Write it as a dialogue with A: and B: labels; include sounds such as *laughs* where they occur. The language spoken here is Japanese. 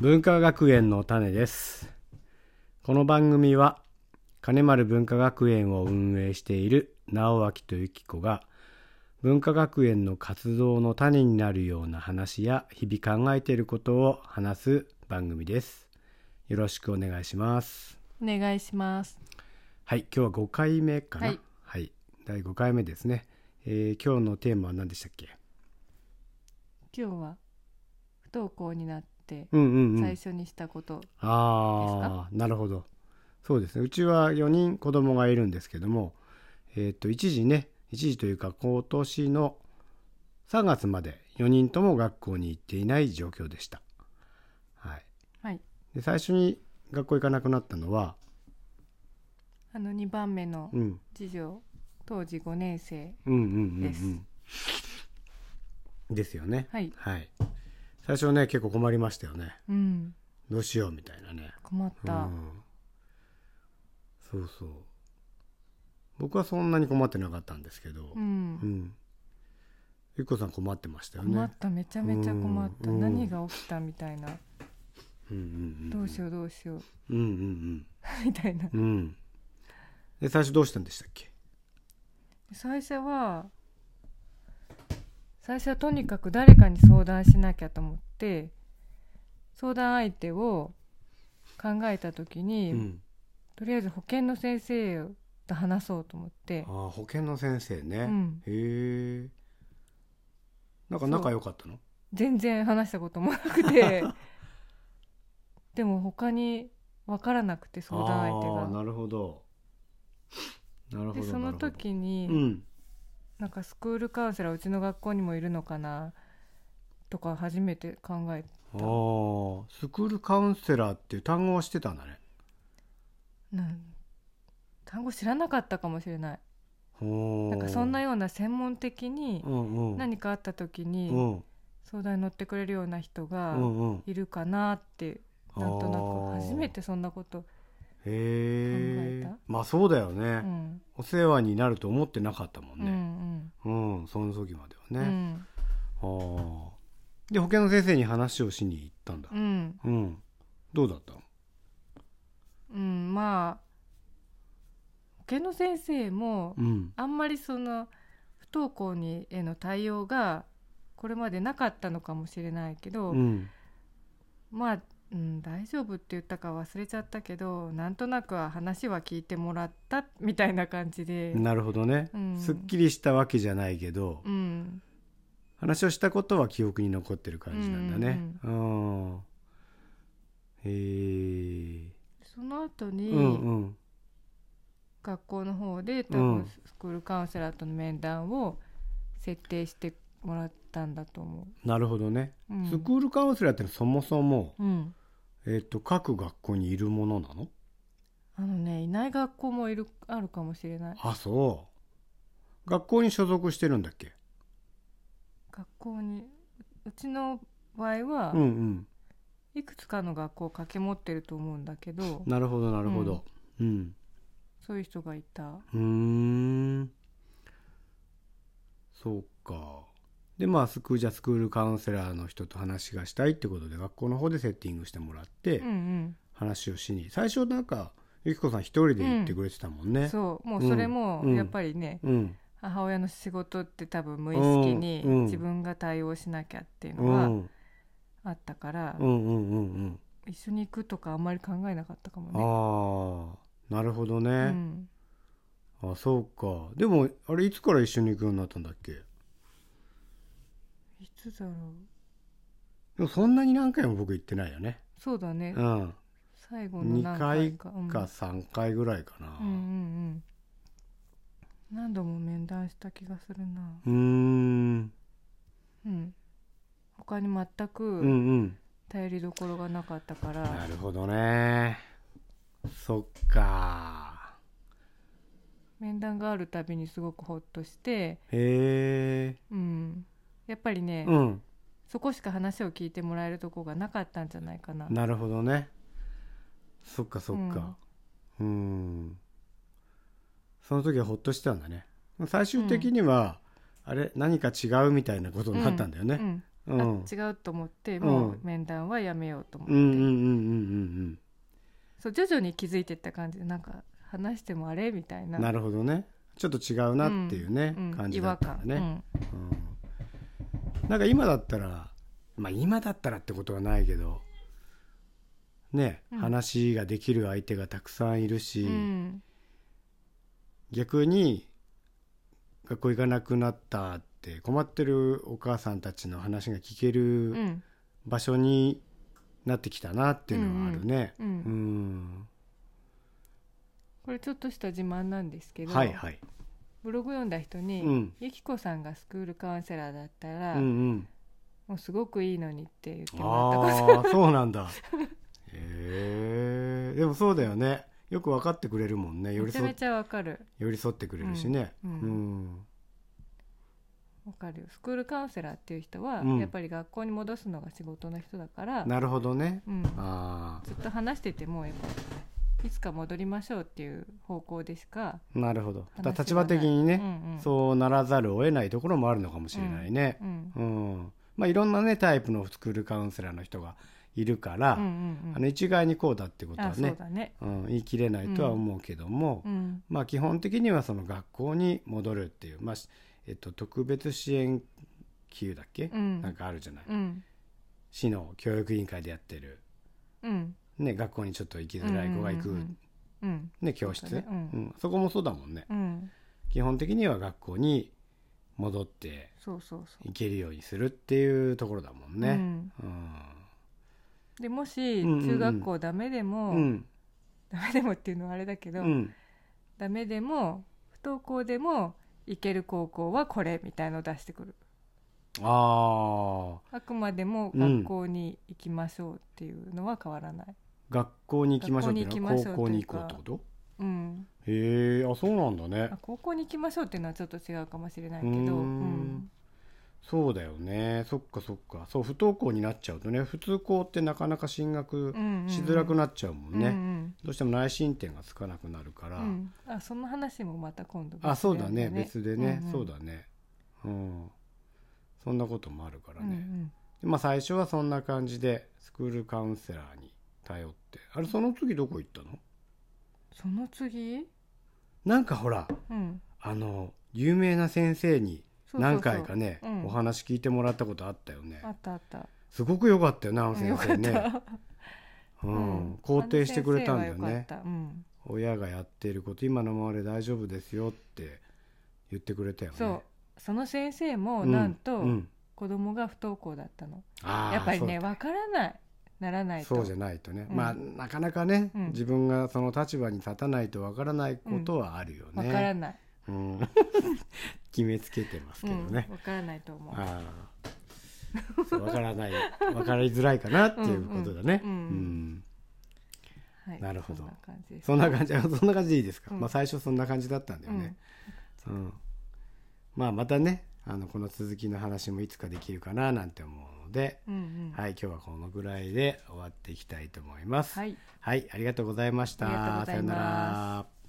A: 文化学園の種ですこの番組は金丸文化学園を運営している直明と由紀子が文化学園の活動の種になるような話や日々考えていることを話す番組ですよろしくお願いします
B: お願いします
A: はい今日は5回目かなは
B: はいい、
A: 第5回目ですね、えー今日のテーマは何でしたっけ
B: 今日は不登校になって
A: うんうんうん
B: 最初にしたこと、
A: ああなるほどそうですねうちは4人子供がいるんですけどもえっ、と一時ね一時というか今年の3月まで4人とも学校に行っていない状況でした、はい、
B: はい
A: で最初に学校行かなくなったのは
B: あの2番目の
A: うん
B: 次女当時5年生
A: うんうんうん、
B: です
A: うん、ですよね
B: はい
A: はい最初ね結構困りましたよね
B: うん
A: どうしようみたいなね
B: 困った、
A: うん、そうそう僕はそんなに困ってなかったんですけどう
B: う
A: んんゆっこさん困ってましたよね
B: 困っためちゃめちゃ困った、
A: うん
B: 何が起きたみたいな、
A: うんうんうん
B: どうしようどうしよう *laughs*
A: うんうん
B: みたいな
A: うんうんで最初どうしたんでしたっけ
B: 最初は最初はとにかく誰かに相談しなきゃと思って相談相手を考えた時に、
A: うん
B: とりあえず保健の先生と話そうと思って
A: あ、あ保健の先生ね、
B: うん、
A: へえなんか仲良かったの
B: 全然話したこともなく
A: *laughs*
B: てでも他に分からなくて相談
A: ああ
B: 相
A: なるほどなるほど
B: 手が。でその
A: なる
B: 時
A: ほ
B: に、
A: どうん
B: なんかスクールカウンセラーうちの学校にもいるのかなとか初めて考え
A: ああスクールカウンセラーっていう単語はしてたんだね
B: なん単語知らなかったかもしれない
A: な
B: なんかそんなような専門的に
A: うんうん、
B: 何かあった時
A: う
B: に
A: ん
B: 相談に乗ってくれるような人
A: う
B: が
A: んうん、
B: いるかなってなんと
A: あ
B: な
A: ー
B: く初めてそんなこと、
A: へえ
B: 考え
A: まあそうだよね、
B: うん
A: お世話になると思ってなかったも
B: うんんう
A: ね
B: ん
A: うん、その時まで
B: う
A: はね、
B: ん
A: ああで保健の先生に話をしに行ったんだ
B: うん
A: うん、どうだったの
B: うんまあ保健の先生も
A: うん
B: あんまりその不登校にへの対応がこれまでなかったのかもしれないけど、
A: うん
B: まあ、うん、大丈夫って言ったか忘れちゃったけどなんとなくは話は聞いてもらったみたいな感じで、
A: なるほどね、
B: うん
A: すっきりしたわけじゃないけど、
B: うん、
A: 話をしたことは記憶に残ってる感じなんだねうんへえ
B: その後に、
A: うんうん
B: 学校の方で多
A: うん
B: 分スクールカウンセラーとの面談を設定してもらったんだと思
A: なるほどね、
B: う、うん、
A: スクールカウンセラーってのはそもそも、
B: うん、
A: えっと各学校にいるものなの
B: あのねいない学校もいるあるかもしれない
A: あそう学校に所属してるんだっけ
B: 学校にううちの場合は、
A: うんうん
B: いくつかの学校を掛け持ってると思うんだけど
A: なるほどなるほどうん
B: そういう人がいた
A: うーんそうかでまあスクーじゃあスクールカウンセラーの人と話がしたいってことで学校の方でセッティングしてもらって、
B: うん
A: 話をしに最初なんかゆきこさん一人で行ってくれてたもん
B: う
A: ね
B: ん、そうもうそれも
A: うん
B: やっぱりね、
A: うん
B: 母親の仕事って多分無意識に
A: うんうん
B: 自分が対応しなきゃっていう
A: うんう
B: のは
A: ん
B: あったから、
A: うんうんうん
B: 一緒に行くとかあんまり考えなかったかもね。
A: ああなるほどね、
B: うん、
A: あそうかでもあれいつから一緒に行くようになったんだっけで
B: いつだろう
A: もそんなに何回も僕行ってないよね
B: そうだね、
A: うん
B: 最後の何回かうん
A: か3回ぐらいかな
B: うんうんうん何度も面談した気がするな、
A: うーん
B: うん、他に全
A: うんう
B: く
A: ん
B: 頼りどころがなかったから、
A: なるほどねそっか
B: 面談があるたびにすごくほっとして、
A: へえ
B: うん、やっぱりね、
A: うん
B: そこしか話を聞いてもらえるとこがなかったんじゃないかな。
A: なるほどねそっかそっかうーんその時はほっとしてたんだね最終的には、あれ何か違うみたいなこと
B: う
A: に
B: ん
A: なったんだよね、
B: うん
A: うん
B: あ違うと思って
A: うん
B: もう面談はやめようと思って、
A: うんうんうんうん
B: そう徐々に気づいてった感じでなんか話してもあれみた
A: う
B: い
A: んう
B: なん
A: なるほどねちょっと違うなっていうね、
B: うん
A: 感じ
B: 違
A: だ
B: 和
A: った
B: 感
A: んだね、うんなんか今だったらまあ今だったらってことはないけどね、
B: うん
A: 話ができる相手がたくさんいるし、
B: うん、うん
A: 逆に学校行かなくなったって困ってるお母さんたちの話が聞け
B: う
A: る
B: ん
A: 場所になってきたなっていうのはあるね。
B: う
A: うん
B: ん、
A: うん
B: これちょっとした自慢なんですけど、
A: はいはい。
B: ブログ読んだ人に、
A: うん
B: ゆきこさんがスクールカウンセラーだった
A: う
B: ら、
A: んうん。
B: もうすごくいいのにって言ってもらったこと
A: ああそうなん
B: *laughs*
A: だ。へえでもそうだよね。よく分かってくれるもんね。寄
B: *laughs* め
A: り
B: ちゃめ
A: 添
B: ちゃわかる
A: 寄り添ってくれるしね。う
B: うんん。
A: う
B: うんわかるよスクールカウンセラーっていう人は、
A: うん
B: やっぱり学校に戻すのが仕事の人だから、
A: なるほどね。
B: うん、
A: あ
B: ずっと話しててもやっぱいつか戻りましょうっていう方向でしか
A: あなるほど。
B: 話
A: だ
B: が
A: 立場的に
B: う
A: ね、
B: んうん、
A: そうならざるを得ないところもあるのかもしれないね。
B: うん、
A: うんまあ、いろんなねタイプのスクールカウンセラーの人がいるから、
B: うんうんうん
A: あの一概にこうだってことは
B: あそう
A: ね
B: だね
A: うん、言い切れないとは思うけども、
B: うん
A: まあ、基本的にはその学校に戻るっていう、まあしえっと、特別支援級だっけ、
B: うん
A: なんかあるじゃない、
B: うん
A: 市の教育委員会でやってる、
B: うん
A: ね、学校にちょっと行きづらい子が行く、
B: うんうんうん
A: ね、教室
B: そうだねうん
A: うんそこもそうだもんね
B: うん、うん、
A: 基本的には学校に戻って
B: そうそうそ
A: 行けるようにするっていうところだもん
B: う、
A: ね。
B: ん、
A: うん
B: でもし
A: うんうんうん
B: 中学校ダメでも、
A: うん
B: ダメでもっていうのはあれだけど、
A: うん
B: ダメでも不登校でも行ける高校はこれみたいのを出してくる
A: ああ
B: あくまでも学校に行きましょうっていうのは変わらない、
A: 学校に行きましょうっていうのは
B: 学校に行きまし
A: 高校に行こっ
B: ょうといううか
A: てこと
B: うん
A: へえあそうなんだね
B: あ高校に行きましょうっていうのはちょっと違うかもしれないけど
A: う
B: う
A: ーん
B: ん
A: そうだよねそっかそっかそう不登校になっちゃうとね普通校ってなかなか進学
B: うんうん
A: しづらくなっちゃうもんね、
B: うん
A: どうしても内申点がつかなくなるか
B: う
A: ら、
B: んうんあその話もまた今度別
A: あそうだね
B: よ
A: 別でね、
B: んん
A: そうだねうんそんなこともあるから
B: うんう
A: ね、
B: ん
A: でまあ最初はそんな感じでスクールカウンセラーに頼ってあれその次どこ行ったの
B: その次
A: なんかほら
B: うん
A: あの有名な先生に
B: そうそうそう
A: 何回かね
B: うん
A: お話聞いてもらったことあったよね
B: あったあった
A: すごく良かったよなあの先生
B: うんよか
A: ね、
B: った
A: う
B: うんん、
A: 肯定してくれたんだよ
B: あの先生
A: ね
B: は良かったうん
A: 親がやっていること今のままで大丈夫ですよって言ってくれたよね
B: そうその先生も
A: ん
B: なんと
A: うん
B: 子供が不登校だったの
A: あー
B: やっぱりね
A: そう
B: わからないならないと
A: そうじゃないとね、
B: うん
A: まあなかなかね、
B: うん
A: 自分がその立場に立たないとわからないことはあるよ
B: わから
A: ね、
B: ない
A: うん *laughs* 決めつけてますけどね、
B: うん、わからないと思う
A: ああそうわからないわかりづらいかなっていうことだね
B: うんうんうん
A: うん
B: はい、
A: なるほど
B: そんな感じです
A: そんな感じそんな感じでいいですか、
B: うん
A: まあ最初そんな感じだったんだよね、うんまあまたねあのこの続きの話もいつかできるかななんて思うので、
B: うん、うんうん、
A: はい今日はこのぐらいで終わっていきたいと思います
B: はい
A: はい、ありがとうございました
B: ありがとうございます
A: さよなら